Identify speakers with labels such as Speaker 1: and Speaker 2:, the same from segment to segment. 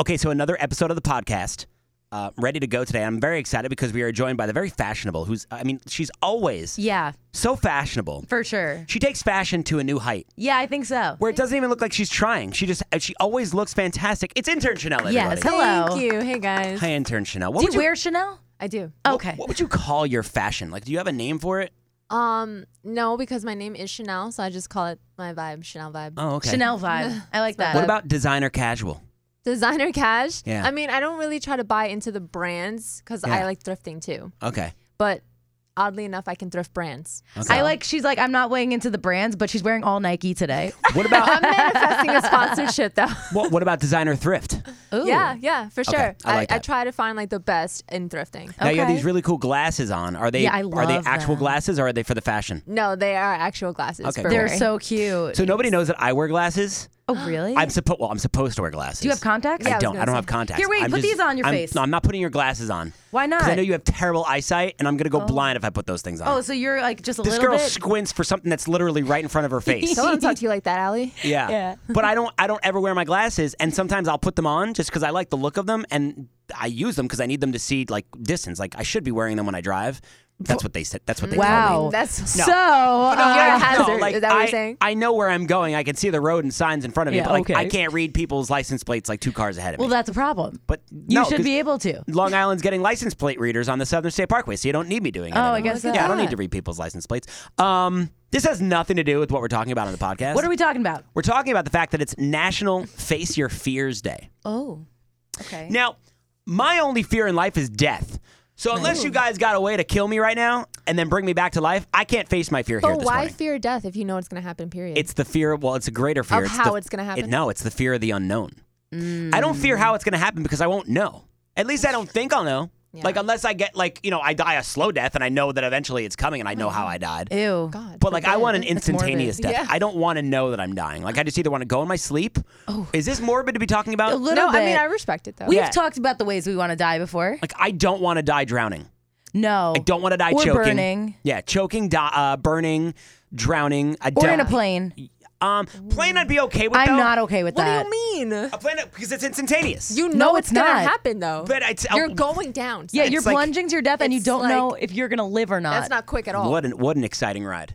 Speaker 1: Okay, so another episode of the podcast. Uh, ready to go today. I'm very excited because we are joined by the very fashionable, who's, I mean, she's always
Speaker 2: Yeah,
Speaker 1: so fashionable.
Speaker 2: for sure.
Speaker 1: She takes fashion to a new height
Speaker 2: Yeah, I think so.
Speaker 1: where it doesn't even look like she's trying. She just, she always looks fantastic. It's intern Chanel, everybody.
Speaker 2: Yes, hello.
Speaker 3: Thank you. Hey guys.
Speaker 1: Hi, intern Chanel. What
Speaker 2: Do
Speaker 1: would
Speaker 2: you wear Chanel?
Speaker 3: I do.
Speaker 2: Okay.
Speaker 1: What would you call your fashion? Like, do you have a name for it?
Speaker 3: Um, no, because my name is Chanel, so I just call it my vibe, Chanel vibe.
Speaker 1: Oh, okay.
Speaker 2: Chanel vibe. I like that.
Speaker 1: What about designer casual?
Speaker 3: Designer cash.
Speaker 1: Yeah.
Speaker 3: I mean, I don't really try to buy into the brands because
Speaker 1: Yeah.
Speaker 3: I like thrifting too.
Speaker 1: Okay.
Speaker 3: But oddly enough, I can thrift brands.
Speaker 1: okay.
Speaker 2: I like. She's like, I'm not weighing into the brands, but she's wearing all Nike today.
Speaker 1: What about
Speaker 3: I'm manifesting a sponsorship though.
Speaker 1: what, what about designer thrift?
Speaker 2: Ooh.
Speaker 3: Yeah, yeah, for sure.
Speaker 1: I like that.
Speaker 3: I,
Speaker 1: Oh.
Speaker 3: try to find like the best in thrifting.
Speaker 1: Now you have
Speaker 2: Okay.
Speaker 1: these really cool glasses on. Are they
Speaker 2: Yeah, I
Speaker 1: are they
Speaker 2: love
Speaker 1: actual
Speaker 2: them.
Speaker 1: glasses or are they for the fashion?
Speaker 3: No, they are actual glasses.
Speaker 1: Okay,
Speaker 3: for
Speaker 1: cool.
Speaker 2: They're
Speaker 3: wearing.
Speaker 2: so cute.
Speaker 1: So nobody knows that I wear glasses.
Speaker 2: oh, really?
Speaker 1: I'm supposed well, I'm supposed to wear glasses.
Speaker 2: Do you have contacts?
Speaker 3: Yeah,
Speaker 1: I
Speaker 3: was
Speaker 1: don't. I
Speaker 3: gonna
Speaker 1: don't
Speaker 3: say.
Speaker 1: have contacts.
Speaker 2: Here, wait,
Speaker 1: I'm
Speaker 2: put these on your
Speaker 1: I'm-
Speaker 2: face.
Speaker 1: No, I'm not putting your glasses on.
Speaker 2: Why not?
Speaker 1: Because I know you have terrible eyesight, and I'm gonna go blind if I put those things on.
Speaker 2: Oh, so you're like just a
Speaker 1: this
Speaker 2: little
Speaker 1: girl
Speaker 2: bit. Oh,
Speaker 1: squints for something that's literally right in front of her face.
Speaker 3: Don't let them talk to you like that, Allie.
Speaker 1: Yeah.
Speaker 3: Yeah.
Speaker 1: but I don't I don't ever wear my glasses and sometimes I'll put them on just cuz I like the look of them and I use them cuz I need them to see like distance. Like I should be wearing them when I drive. That's what they said. That's what they told me.
Speaker 2: wow.
Speaker 3: That's-
Speaker 2: so.
Speaker 3: No.
Speaker 2: uh,
Speaker 3: You're a
Speaker 1: No,
Speaker 3: hazard.
Speaker 1: like,
Speaker 3: is that what
Speaker 1: I,
Speaker 3: you're saying?
Speaker 1: I know where I'm going. I can see the road and signs in front of me,
Speaker 2: Yeah,
Speaker 1: but like I
Speaker 2: okay.
Speaker 1: can't read people's license plates like two cars ahead of
Speaker 2: well,
Speaker 1: me.
Speaker 2: that's a problem.
Speaker 1: But
Speaker 2: You
Speaker 1: no,
Speaker 2: should
Speaker 1: 'cause
Speaker 2: be able to.
Speaker 1: Long Island's getting license plate readers on the Southern State Parkway, so you don't need me doing it.
Speaker 2: Oh, I
Speaker 1: anymore.
Speaker 2: guess
Speaker 1: yeah,
Speaker 2: that's
Speaker 1: I don't need
Speaker 2: that.
Speaker 1: to read people's license plates. Um, this has nothing to do with what we're talking about on the podcast.
Speaker 2: What are we talking about?
Speaker 1: We're talking about the fact that it's National Face Your Fears Day.
Speaker 3: oh.
Speaker 2: Okay.
Speaker 1: Now, my only fear in life is death. So unless you guys got a way to kill me right now and then bring me back to life, I can't face my fear here
Speaker 3: But
Speaker 1: this
Speaker 3: why
Speaker 1: morning.
Speaker 3: fear death if you know it's going to happen, period?
Speaker 1: It's the fear. Well, it's a greater fear
Speaker 3: Of
Speaker 1: the-
Speaker 3: how it's gonna happen?
Speaker 1: It, no, it's the fear of the unknown. I don't fear
Speaker 2: Mm.
Speaker 1: how it's going to happen because I won't know. At least I don't think I'll know. Like unless I get like you know I die a slow death and I know that eventually it's coming and I know how I died.
Speaker 2: Ew.
Speaker 3: God.
Speaker 1: But like I
Speaker 3: forbid.
Speaker 1: want an
Speaker 2: That's Mm-hmm. morbid.
Speaker 1: instantaneous death.
Speaker 3: Yeah.
Speaker 1: I don't want to know that I'm dying. Like I just either want to go in my sleep. Oh. Is this morbid to be talking about?
Speaker 2: A little
Speaker 3: No,
Speaker 2: bit.
Speaker 3: I mean I respect it though.
Speaker 2: We've
Speaker 1: Yeah.
Speaker 2: talked about the ways we want to die before.
Speaker 1: like I don't want to die drowning.
Speaker 2: No.
Speaker 1: I don't want to die
Speaker 2: or
Speaker 1: choking.
Speaker 2: burning.
Speaker 1: Yeah, choking, di- uh, burning, drowning. I
Speaker 2: Or
Speaker 1: don't.
Speaker 2: in a plane.
Speaker 1: um, plane I'd be okay with.
Speaker 2: I'm
Speaker 1: though.
Speaker 2: not okay with
Speaker 3: what
Speaker 2: that.
Speaker 3: do you mean?
Speaker 1: A plane because it's instantaneous.
Speaker 3: You know
Speaker 2: No,
Speaker 3: it's,
Speaker 2: it's
Speaker 3: gonna
Speaker 2: not.
Speaker 3: happen though.
Speaker 1: But it's-
Speaker 3: you're
Speaker 1: oh.
Speaker 3: going down.
Speaker 2: Yeah,
Speaker 3: son.
Speaker 2: you're
Speaker 1: like-
Speaker 2: plunging to your death and you
Speaker 3: it's
Speaker 2: don't
Speaker 3: like-
Speaker 2: know if you're going to live or not.
Speaker 3: that's not quick at all.
Speaker 1: What an what an exciting ride!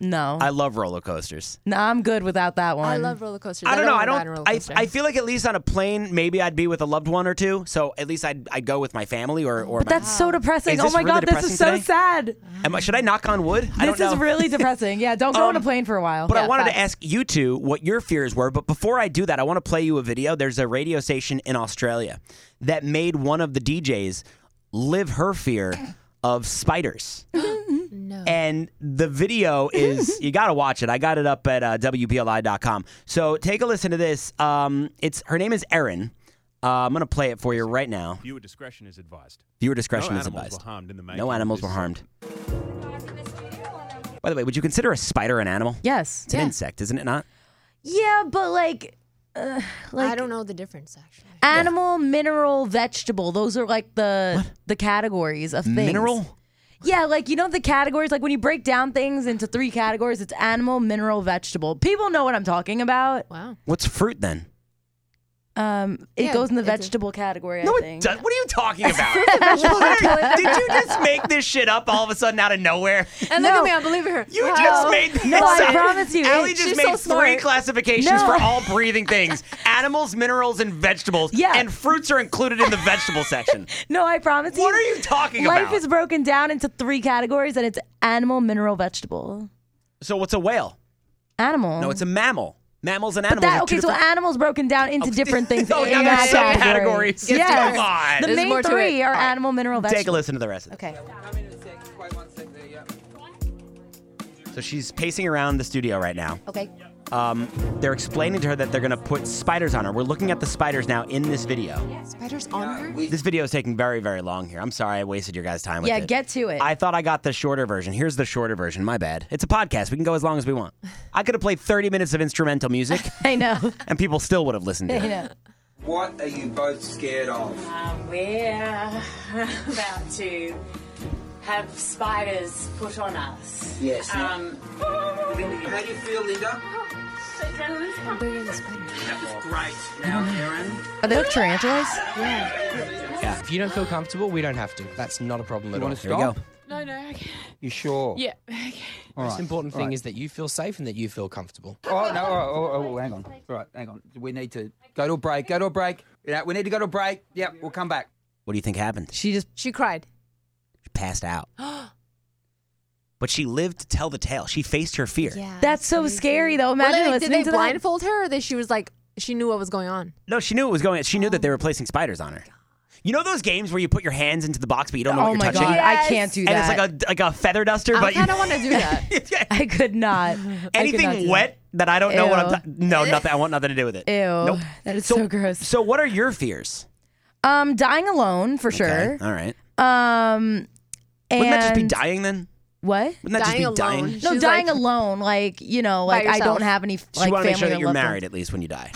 Speaker 2: no.
Speaker 1: I love roller coasters.
Speaker 2: no, I'm good without that one.
Speaker 3: I love roller coasters.
Speaker 1: I don't know. I
Speaker 3: wanna ride a
Speaker 1: don't.
Speaker 3: roller
Speaker 1: I,
Speaker 3: coaster.
Speaker 1: I feel like at least on a plane, maybe I'd be with a loved one or two. So at least I'd I'd go with my family or or. my,
Speaker 2: That's so depressing.
Speaker 1: Is
Speaker 2: Oh
Speaker 1: this
Speaker 2: my
Speaker 1: really
Speaker 2: God, this is
Speaker 1: depressing
Speaker 2: so
Speaker 1: today?
Speaker 2: sad.
Speaker 1: Am I- should I knock on wood? I don't
Speaker 2: This
Speaker 1: know. Um,
Speaker 2: is really depressing. Yeah, don't go on a plane for a while.
Speaker 1: But I
Speaker 2: Yeah,
Speaker 1: wanted to
Speaker 2: facts.
Speaker 1: ask you two what your fears were. But before I do that, I want to play you a video. There's a radio station in Australia that made one of the DJs live her fear of spiders.
Speaker 3: no.
Speaker 1: And the video is, you got to watch it. I got it up at uh, WBLI.com. So take a listen to this. Um, it's Her name is Erin. Uh, I'm going to play it for you right now.
Speaker 4: Viewer discretion is advised.
Speaker 1: Viewer discretion
Speaker 4: no
Speaker 1: is
Speaker 4: animals
Speaker 1: advised.
Speaker 4: Were harmed in the making
Speaker 1: No
Speaker 4: of
Speaker 1: animals
Speaker 4: this
Speaker 1: were harmed. By the way, would you consider a spider an animal?
Speaker 2: Yes.
Speaker 1: It's an insect, isn't it not?
Speaker 2: Yeah, but like, like
Speaker 3: I don't know the difference actually.
Speaker 2: animal, mineral, vegetable. Those are like the the categories of things.
Speaker 1: Mineral?
Speaker 2: Yeah, like you know the categories. Like when you break down things into three categories, it's animal, mineral, vegetable. People know what I'm talking about.
Speaker 3: Wow.
Speaker 1: What's fruit then?
Speaker 2: Um, it
Speaker 3: Yeah,
Speaker 2: goes in the
Speaker 3: it does.
Speaker 2: vegetable category.
Speaker 1: No,
Speaker 2: I
Speaker 1: it
Speaker 2: think.
Speaker 1: does. What are you talking about? What are- Did you just make this shit up all of a sudden out of nowhere?
Speaker 3: And look at me, I'm believing her.
Speaker 1: You
Speaker 3: Wow.
Speaker 1: just made this
Speaker 2: No, I
Speaker 1: up.
Speaker 2: promise you,
Speaker 1: Allie
Speaker 2: it-
Speaker 1: just
Speaker 3: she's
Speaker 1: made
Speaker 3: so
Speaker 1: three
Speaker 3: smart.
Speaker 1: classifications
Speaker 2: No.
Speaker 1: for all breathing things: animals, minerals, and vegetables.
Speaker 2: Yeah.
Speaker 1: and fruits are included in the vegetable section.
Speaker 2: No, I promise you.
Speaker 1: What are you talking
Speaker 2: Life
Speaker 1: about?
Speaker 2: is broken down into three categories, and it's animal, mineral, vegetable.
Speaker 1: So what's a whale?
Speaker 2: Animal.
Speaker 1: No, it's a mammal. Mammals and
Speaker 2: But
Speaker 1: animals.
Speaker 2: that
Speaker 1: are
Speaker 2: okay,
Speaker 1: two
Speaker 2: so
Speaker 1: different-
Speaker 2: animals broken down into different things.
Speaker 1: Oh,
Speaker 2: in
Speaker 1: now
Speaker 2: that
Speaker 1: there's
Speaker 2: category.
Speaker 1: subcategories.
Speaker 2: Yes.
Speaker 1: Come on.
Speaker 2: The
Speaker 3: There's
Speaker 2: main
Speaker 3: more to
Speaker 2: three
Speaker 3: it.
Speaker 2: are
Speaker 3: All right.
Speaker 2: animal, mineral, vegetable.
Speaker 1: Take a listen to the rest. of it.
Speaker 2: Okay.
Speaker 1: So she's pacing around the studio right now.
Speaker 2: Okay.
Speaker 1: Um, they're explaining to her that they're going to put spiders on her. We're looking at the spiders now in this video.
Speaker 3: Spiders on her.
Speaker 1: This video is taking very, very long here. I'm sorry I wasted your guys' time with
Speaker 2: Yeah,
Speaker 1: it.
Speaker 2: get to it.
Speaker 1: I thought I got the shorter version. Here's the shorter version. My bad. It's a podcast. We can go as long as we want. I could have played 30 minutes of instrumental music
Speaker 2: I know.
Speaker 1: and people still would have listened to
Speaker 2: I
Speaker 1: it.
Speaker 2: know.
Speaker 5: What are you both scared of?
Speaker 6: We're about to have spiders put on us.
Speaker 5: Yes.
Speaker 6: Um,
Speaker 5: How do you feel, Linda?
Speaker 3: Bigger than spiders.
Speaker 5: That was great. Now, Erin,
Speaker 2: Are they like tarantulas?
Speaker 4: Yeah. If you don't feel comfortable, we don't have to. That's not a problem at
Speaker 7: You
Speaker 4: all.
Speaker 7: want to
Speaker 1: Here we
Speaker 7: stop?
Speaker 1: go.
Speaker 6: No, no, okay.
Speaker 7: You sure?
Speaker 6: Yeah, okay.
Speaker 7: All
Speaker 4: The most
Speaker 7: right,
Speaker 4: important
Speaker 7: all
Speaker 4: thing
Speaker 7: right.
Speaker 4: is that you feel safe and that you feel comfortable.
Speaker 7: Oh no! Oh, oh, oh, oh, hang on. All right, hang on. We need to go to a break. Go to a break. Yeah, we need to go to a break. Yep, we'll come back.
Speaker 1: What do you think happened? She
Speaker 2: She just
Speaker 3: She cried.
Speaker 1: passed out. but she lived to tell the tale. She faced her fear.
Speaker 2: That's so scary though. Imagine
Speaker 3: well, like,
Speaker 2: listening
Speaker 3: did they
Speaker 2: to
Speaker 3: blindfold her, or that she was like she knew what was going on?
Speaker 1: No, she knew it was going. She
Speaker 2: Oh
Speaker 1: knew that they were placing spiders on her. You know those games where you put your hands into the box but you don't
Speaker 2: that.
Speaker 1: know
Speaker 2: Oh
Speaker 1: what
Speaker 2: my
Speaker 1: you're touching?
Speaker 2: god, I
Speaker 3: Yes.
Speaker 2: can't do
Speaker 1: And
Speaker 2: that.
Speaker 1: it's like a like a feather duster,
Speaker 3: I
Speaker 1: but you
Speaker 3: kind of want to do that.
Speaker 2: I could not. I could not
Speaker 1: anything
Speaker 2: do
Speaker 1: wet that I don't know what I'm.
Speaker 2: Ew.
Speaker 1: ta- no, nothing. I want nothing to do with it.
Speaker 2: That. Ew,
Speaker 1: Nope.
Speaker 2: that is so, gross.
Speaker 1: So, what are your fears?
Speaker 2: um, dying alone for sure.
Speaker 1: Okay, all right.
Speaker 2: Um, and
Speaker 1: Wouldn't that just be dying then?
Speaker 2: what?
Speaker 1: Wouldn't that
Speaker 3: Dying
Speaker 1: just be dying?
Speaker 3: alone.
Speaker 2: No,
Speaker 3: She's
Speaker 2: dying
Speaker 3: like-
Speaker 2: alone. Like you know,
Speaker 3: By
Speaker 2: like I
Speaker 3: yourself.
Speaker 2: don't have any
Speaker 1: you
Speaker 2: like
Speaker 1: want to
Speaker 2: family
Speaker 1: make sure that
Speaker 2: or
Speaker 1: you're
Speaker 2: loved ones.
Speaker 1: married at least when you die.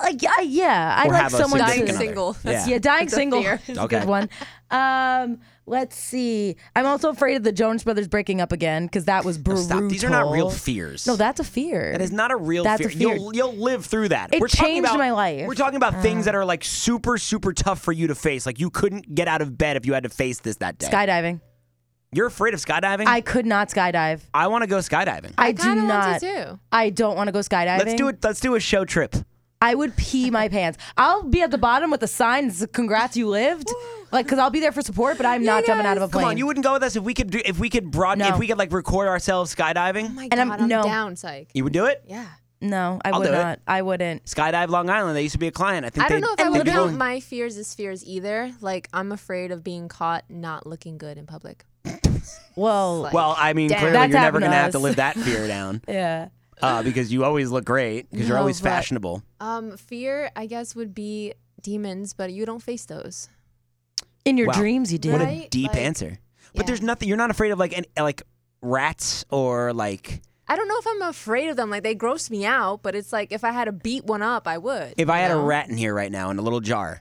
Speaker 2: Like yeah, yeah. I
Speaker 1: Or
Speaker 2: like
Speaker 1: have a
Speaker 2: someone
Speaker 1: significant
Speaker 3: Dying
Speaker 1: other.
Speaker 2: to,
Speaker 3: single.
Speaker 1: Yeah.
Speaker 2: Yeah, dying single.
Speaker 3: fear.
Speaker 2: Is
Speaker 1: Okay.
Speaker 2: a good one. Um, let's see. I'm also afraid of the Jones brothers breaking up again because that was brutal.
Speaker 1: Stop. These are not real fears.
Speaker 2: No, that's a fear.
Speaker 1: That is not a real
Speaker 2: That's
Speaker 1: fear.
Speaker 2: a fear.
Speaker 1: You'll you'll live through that.
Speaker 2: It
Speaker 1: talking
Speaker 2: changed
Speaker 1: about-
Speaker 2: my life. Uh.
Speaker 1: We're talking about things that are like super super tough for you to face. Like you couldn't get out of bed if you had to face this that day.
Speaker 2: skydiving.
Speaker 1: You're afraid of skydiving?
Speaker 2: I could not skydive.
Speaker 1: I want to go skydiving.
Speaker 2: I,
Speaker 3: I
Speaker 2: do
Speaker 3: kinda
Speaker 2: not.
Speaker 3: want to Oh too.
Speaker 2: I don't want to go skydiving.
Speaker 1: let's do it. Let's do a show trip.
Speaker 2: I would pee my pants. I'll be at the bottom with the signs. Congrats, you lived. like, cause I'll be there for support, but I'm not jumping out of a plane.
Speaker 1: Come on, you wouldn't go with us if we could do if we could broaden
Speaker 2: No.
Speaker 1: if we could like record ourselves skydiving.
Speaker 3: Oh my
Speaker 2: And I'm-
Speaker 3: God, I'm
Speaker 2: no.
Speaker 3: down, psych.
Speaker 1: you would do it?
Speaker 3: Yeah.
Speaker 2: no, I
Speaker 1: I'll
Speaker 2: would
Speaker 1: do it.
Speaker 2: not. I wouldn't.
Speaker 1: Skydive Long Island. They used to be a client. I think
Speaker 3: I don't
Speaker 1: they,
Speaker 3: know if I
Speaker 1: they'd
Speaker 3: would
Speaker 1: be
Speaker 3: count
Speaker 1: willing-
Speaker 3: my fears as fears either. Like I'm afraid of being caught not looking good in public.
Speaker 2: Well,
Speaker 3: Like-
Speaker 1: Well, I mean,
Speaker 3: Damn.
Speaker 1: clearly
Speaker 2: That's
Speaker 1: you're never
Speaker 2: happened
Speaker 1: gonna
Speaker 2: to
Speaker 1: have to
Speaker 2: us.
Speaker 1: live that fear down
Speaker 2: yeah.
Speaker 1: uh, because you always look great because you're
Speaker 2: No,
Speaker 1: always
Speaker 2: but-
Speaker 1: fashionable.
Speaker 3: Um, fear, I guess, would be demons, but you don't face those.
Speaker 2: In your
Speaker 1: Wow.
Speaker 2: dreams, you did.
Speaker 1: What a
Speaker 3: Right?
Speaker 1: deep
Speaker 3: Like,
Speaker 1: answer. But
Speaker 3: yeah.
Speaker 1: there's nothing. You're not afraid of like any, like rats or like.
Speaker 3: I don't know if I'm afraid of them. Like they gross me out, but it's like if I had to beat one up, I would.
Speaker 1: If I
Speaker 3: you
Speaker 1: had a
Speaker 3: know?
Speaker 1: rat in here right now in a little jar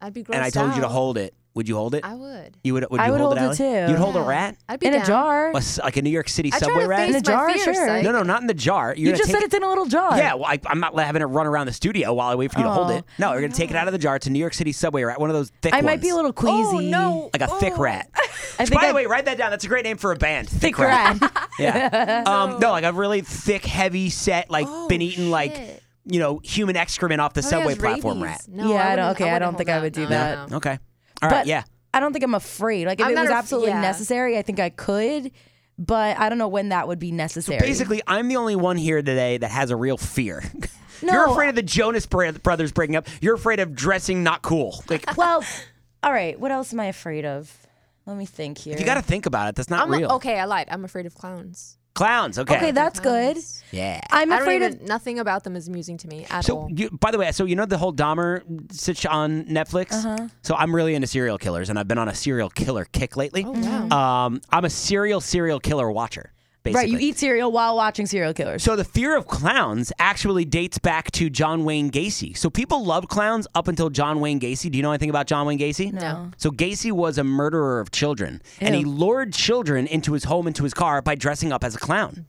Speaker 3: I'd be grossed
Speaker 1: and I told you to
Speaker 3: out.
Speaker 1: hold it, would you hold it?
Speaker 3: I would.
Speaker 1: you would. Would you
Speaker 2: I would hold it
Speaker 1: Allie?
Speaker 2: too.
Speaker 1: You'd hold a
Speaker 3: Yeah.
Speaker 1: rat,
Speaker 3: I'd be
Speaker 2: in
Speaker 3: down.
Speaker 2: a jar.
Speaker 1: A s- like a New York City
Speaker 3: I try
Speaker 1: subway
Speaker 3: to
Speaker 1: rat.
Speaker 3: face
Speaker 2: In a
Speaker 3: my
Speaker 2: jar,
Speaker 3: fears, oh,
Speaker 2: sure.
Speaker 3: psych.
Speaker 1: No, no, not in the jar. You're
Speaker 2: You
Speaker 1: gonna
Speaker 2: just
Speaker 1: take
Speaker 2: said it's in a little jar.
Speaker 1: Yeah, well, I, I'm not having it run around the studio while I wait for you to hold
Speaker 2: Oh.
Speaker 1: it. No, we're gonna take it out of the jar. It's a New York City subway rat, one of those thick
Speaker 2: I might be a
Speaker 1: ones.
Speaker 2: little queasy.
Speaker 3: Oh no!
Speaker 1: like a thick
Speaker 3: Oh.
Speaker 1: rat.
Speaker 2: I think
Speaker 1: By
Speaker 2: I-
Speaker 1: the way, write that down. That's a great name for a band.
Speaker 2: Thick rat.
Speaker 1: Yeah. um, no, like a really thick, heavy set, like
Speaker 3: Oh,
Speaker 1: been eating like
Speaker 3: shit.
Speaker 1: you know human excrement off the
Speaker 2: Oh,
Speaker 1: subway
Speaker 3: Probably has
Speaker 1: platform rat.
Speaker 3: rabies.
Speaker 2: Yeah,
Speaker 3: No,
Speaker 2: I don't-
Speaker 3: wouldn't-
Speaker 2: okay, I
Speaker 3: wouldn't
Speaker 2: don't
Speaker 3: hold
Speaker 2: think I would do
Speaker 3: no,
Speaker 2: that.
Speaker 3: no.
Speaker 1: Okay. All right.
Speaker 2: But
Speaker 1: yeah.
Speaker 2: I don't think I'm afraid. Like if
Speaker 3: I'm
Speaker 2: it
Speaker 3: not
Speaker 2: was
Speaker 3: af-
Speaker 2: absolutely
Speaker 3: yeah.
Speaker 2: necessary, I think I could. But I don't know when that would be necessary.
Speaker 1: Basically, I'm the only one here today that has a real fear. You're
Speaker 2: No.
Speaker 1: afraid of the Jonas Bro- Brothers breaking up. You're afraid of dressing not cool. Like
Speaker 2: well, all right. What else am I afraid of? Let me think here.
Speaker 1: you got to think about it. That's not
Speaker 3: I'm
Speaker 1: real.
Speaker 3: okay. I lied. I'm afraid of clowns.
Speaker 1: Clowns. Okay.
Speaker 2: okay, that's good.
Speaker 1: yeah.
Speaker 2: I'm
Speaker 3: I'm
Speaker 2: afraid
Speaker 3: afraid
Speaker 2: of.
Speaker 3: even, nothing about them is amusing to me at
Speaker 1: So,
Speaker 3: all.
Speaker 1: you, by the way, so you know the whole Dahmer sitch on Netflix.
Speaker 2: Uh-huh.
Speaker 1: So I'm really into serial killers, and I've been on a serial killer kick lately.
Speaker 2: Oh,
Speaker 1: Um, I'm a serial serial killer watcher. Basically.
Speaker 2: Right, you eat cereal while watching serial killers.
Speaker 1: So the fear of clowns actually dates back to John Wayne Gacy. So people loved clowns up until John Wayne Gacy. Do you know anything about John Wayne Gacy?
Speaker 2: No.
Speaker 1: So Gacy was a murderer of children, and he
Speaker 2: Ew.
Speaker 1: lured children into his home, into his car by dressing up as a clown.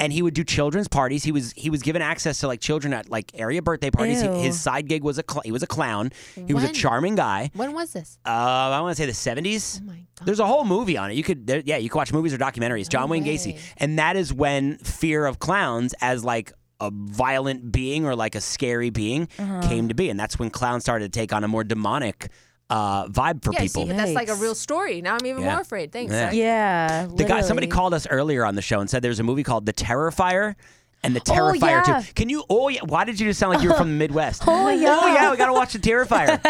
Speaker 1: And he would do children's parties. He was he was given access to like children at like area birthday parties. He-
Speaker 2: Ew.
Speaker 1: his side gig was a cl- he was a clown. He was a
Speaker 3: When?
Speaker 1: charming guy.
Speaker 3: When was this?
Speaker 1: Uh, I want to say the seventies.
Speaker 3: Oh my God.
Speaker 1: There's a whole movie on it. You could, there, yeah, you could watch movies or documentaries. John Wayne Gacy,
Speaker 3: way.
Speaker 1: and that is when fear of clowns as like a violent being or like a scary being
Speaker 3: Uh-huh.
Speaker 1: came to be, and that's when clowns started to take on a more demonic uh, vibe for
Speaker 3: Yeah,
Speaker 1: people.
Speaker 3: see, but that's like a
Speaker 2: Yikes.
Speaker 3: real story. Now I'm even
Speaker 1: Yeah.
Speaker 3: more afraid. Thanks.
Speaker 1: Yeah.
Speaker 3: Zach.
Speaker 2: yeah.
Speaker 1: the guy, somebody
Speaker 2: literally.
Speaker 1: called us earlier on the show and said there's a movie called The Terrifier. And the Terrifier
Speaker 2: Oh, yeah.
Speaker 1: too. Can you? Oh yeah. Why did you just sound like you were from the Midwest?
Speaker 2: Oh, yeah.
Speaker 1: Oh yeah. We gotta watch the Terrifier.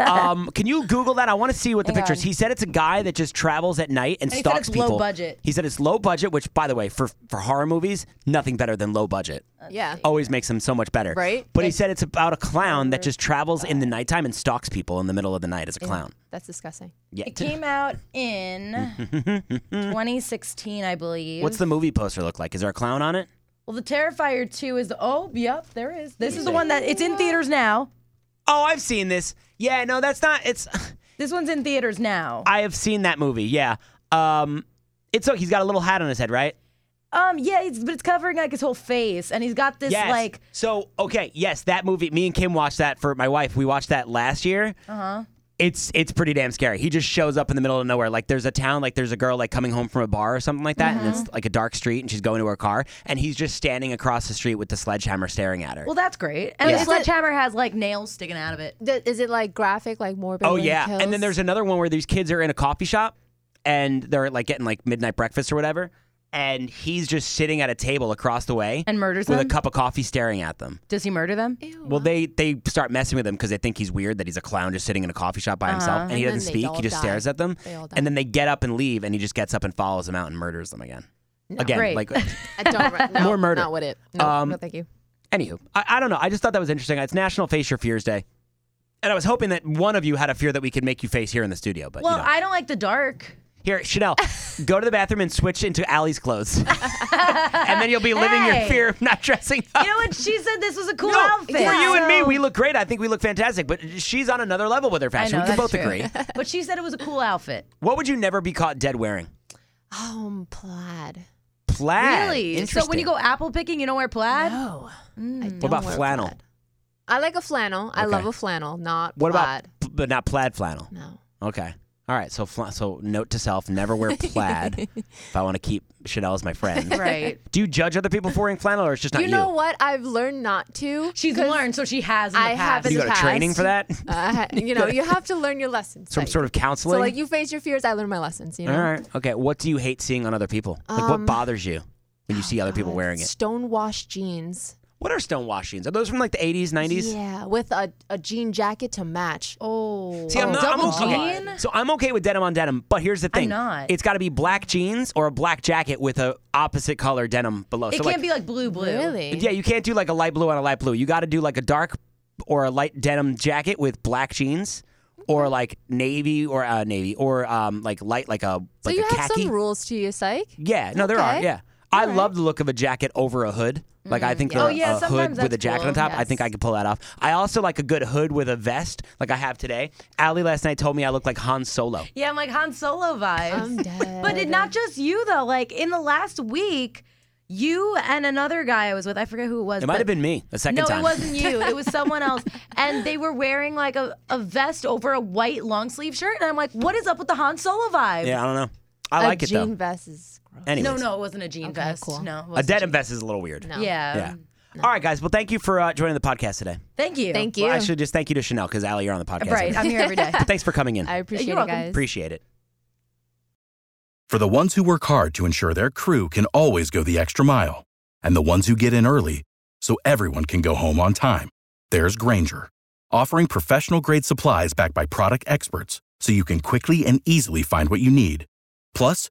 Speaker 1: um, can you Google that? I want to see what the
Speaker 2: Hang
Speaker 1: picture is.
Speaker 2: on.
Speaker 1: He said it's a guy that just travels at night and,
Speaker 2: And he said
Speaker 1: stalks
Speaker 2: it's low
Speaker 1: people.
Speaker 2: budget.
Speaker 1: He said it's low budget, which by the way, for for horror movies, nothing better than low budget.
Speaker 3: Yeah.
Speaker 1: Always makes them so much better.
Speaker 3: Right?
Speaker 1: But he said it's about a clown that just travels in the nighttime and stalks people in the middle of the night as a clown.
Speaker 3: That's disgusting.
Speaker 1: Yeah.
Speaker 2: It came out in 2016, I believe.
Speaker 1: What's the movie poster look like? Is there a clown on it?
Speaker 2: well, the Terrifier 2 is the oh, yep, there is. This is the one that it's in theaters now.
Speaker 1: Oh, I've seen this. Yeah, no, that's not. It's
Speaker 2: This one's in theaters now.
Speaker 1: I have seen that movie. Yeah. Um, it's so he's got a little hat on his head, right?
Speaker 2: Um, yeah, it's, but it's covering like his whole face, and he's got this
Speaker 1: Yes.
Speaker 2: like
Speaker 1: so okay, yes, that movie. Me and Kim watched that for my wife. We watched that last year. Uh huh. It's it's pretty damn scary. He just shows up in the middle of nowhere. Like there's a town, like there's a girl like coming home from a bar or something like that, and it's like a dark street, and she's going to her car, and he's just standing across the street with the sledgehammer staring at her.
Speaker 2: Well, that's great. And
Speaker 1: Yeah.
Speaker 2: the sledgehammer has like nails sticking out of it.
Speaker 3: Th- Is it like graphic, like morbid?
Speaker 1: oh
Speaker 3: when he
Speaker 1: yeah, and then
Speaker 3: kills?
Speaker 1: there's another one where these kids are in a coffee shop, and they're like getting like midnight breakfast or whatever, and he's just sitting at a table across the way
Speaker 2: And murders
Speaker 1: with
Speaker 2: them?
Speaker 1: a cup of coffee, staring at them.
Speaker 2: Does he murder them?
Speaker 1: Well, they they start messing with him because they think he's weird that he's a clown just sitting in a coffee shop by himself and he
Speaker 3: Uh-huh. And then
Speaker 1: doesn't
Speaker 3: they
Speaker 1: speak.
Speaker 3: all
Speaker 1: He just
Speaker 3: die.
Speaker 1: stares at them,
Speaker 3: They all die.
Speaker 1: and then they get up and leave, and he just gets up and follows them out and murders them again. Again,
Speaker 2: Great.
Speaker 1: like
Speaker 3: I don't, re- no,
Speaker 1: More murder.
Speaker 3: Not with it. No,
Speaker 1: Um,
Speaker 3: no, thank you.
Speaker 1: anywho, I, I don't know. I just thought that was interesting. It's National Face Your Fears Day, and I was hoping that one of you had a fear that we could make you face here in the studio. But you
Speaker 2: Well,
Speaker 1: know.
Speaker 2: I don't like the dark.
Speaker 1: here, Chanel, go to the bathroom and switch into Allie's clothes, and then you'll be living your
Speaker 2: Hey.
Speaker 1: fear of not dressing up.
Speaker 2: You know what? She said this was a cool
Speaker 1: No,
Speaker 2: outfit.
Speaker 1: For you and me,
Speaker 2: So-
Speaker 1: we look great. I think we look fantastic, but she's on another level with her
Speaker 2: I
Speaker 1: fashion.
Speaker 2: know,
Speaker 1: we can
Speaker 2: that's
Speaker 1: both
Speaker 2: true.
Speaker 1: agree.
Speaker 2: But she said it was a cool outfit.
Speaker 1: What would you never be caught dead wearing?
Speaker 3: Um, plaid.
Speaker 1: Plaid.
Speaker 2: really?
Speaker 1: Ah, Interesting.
Speaker 2: So when you go apple picking, you don't wear plaid?
Speaker 3: No. Mm.
Speaker 1: what about flannel?
Speaker 3: I like a flannel. I
Speaker 1: Okay.
Speaker 3: love a flannel, not
Speaker 1: What
Speaker 3: plaid.
Speaker 1: about, p- but not plaid flannel?
Speaker 3: No.
Speaker 1: Okay. All right. So, fla- so note to self: never wear plaid if I want to keep Chanel as my friend.
Speaker 2: Right.
Speaker 1: Do you judge other people for wearing flannel, or it's just not you?
Speaker 3: you know what? I've learned not to.
Speaker 2: She's
Speaker 3: 'cause
Speaker 2: learned, so she has in the
Speaker 3: I have
Speaker 2: past.
Speaker 1: Do you
Speaker 3: in
Speaker 1: go
Speaker 3: the
Speaker 1: to training
Speaker 3: past.
Speaker 1: for that?
Speaker 3: I ha- uh, you know, you have to learn your lessons.
Speaker 1: Some
Speaker 3: like-
Speaker 1: sort of counseling.
Speaker 3: So like you face your fears. I learned my lessons. You know. Um,
Speaker 1: All right. Okay. What do you hate seeing on other people? Like what bothers you when
Speaker 3: oh,
Speaker 1: you see other people wearing it?
Speaker 3: Stonewashed jeans.
Speaker 1: What are stonewashed jeans? Are those from like the 80s, 90s?
Speaker 3: Yeah, with a, a jean jacket to match.
Speaker 2: oh.
Speaker 1: See, I'm not. I'm
Speaker 3: double
Speaker 1: okay.
Speaker 2: jean?
Speaker 1: So I'm okay with denim on denim, but here's the thing:
Speaker 2: not.
Speaker 1: It's got to be black jeans or a black jacket with a opposite color denim below.
Speaker 2: It
Speaker 1: so
Speaker 2: can't
Speaker 1: like,
Speaker 2: be like blue, blue.
Speaker 3: Really?
Speaker 1: yeah, you can't do like a light blue on a light blue. You got to do like a dark or a light denim jacket with black jeans, or like navy or uh, navy or um like light like a
Speaker 3: So
Speaker 1: like
Speaker 3: you
Speaker 1: a
Speaker 3: have
Speaker 1: khaki.
Speaker 3: some rules to your psych.
Speaker 1: yeah, no, there are.
Speaker 3: Okay.
Speaker 1: Yeah, I love the look of a jacket over a hood. Like I think
Speaker 3: yeah.
Speaker 1: a,
Speaker 2: Oh, yeah,
Speaker 1: a hood
Speaker 2: sometimes
Speaker 1: with
Speaker 2: that's
Speaker 1: a jacket
Speaker 2: cool.
Speaker 1: on top, I think I could pull that off. I also like a good hood with a vest, like I have today. Allie last night told me I look like Han Solo.
Speaker 2: Yeah, I'm like Han Solo vibes.
Speaker 3: I'm dead.
Speaker 2: But it, not just you though. Like in the last week, you and another guy I was with, I forget who it was.
Speaker 1: It might
Speaker 2: but-
Speaker 1: have been me the second
Speaker 2: No,
Speaker 1: time.
Speaker 2: it wasn't you. It was someone else. And they were wearing like a, a vest over a white long sleeve shirt. And I'm like, what is up with the Han Solo vibe?
Speaker 1: Yeah, I don't know. I like
Speaker 3: a
Speaker 1: it
Speaker 3: jean
Speaker 1: though.
Speaker 3: vest is gross.
Speaker 1: Anyways,
Speaker 2: No, no, it wasn't a jean vest.
Speaker 3: cool.
Speaker 2: No, it
Speaker 1: a
Speaker 2: wasn't
Speaker 1: denim vest is a little weird.
Speaker 3: No.
Speaker 2: Yeah.
Speaker 1: Yeah. All right, guys. Well, thank you for uh, joining the podcast today.
Speaker 2: Thank you.
Speaker 3: Thank you.
Speaker 1: Well, actually, just thank you to Chanel because Allie, you're on the podcast.
Speaker 2: Right. I'm here every day.
Speaker 1: But thanks for coming in.
Speaker 3: I appreciate
Speaker 2: You're
Speaker 3: it,
Speaker 2: welcome.
Speaker 3: guys.
Speaker 1: Appreciate it.
Speaker 8: For the ones who work hard to ensure their crew can always go the extra mile, and the ones who get in early so everyone can go home on time, there's Granger, offering professional grade supplies backed by product experts so you can quickly and easily find what you need. Plus,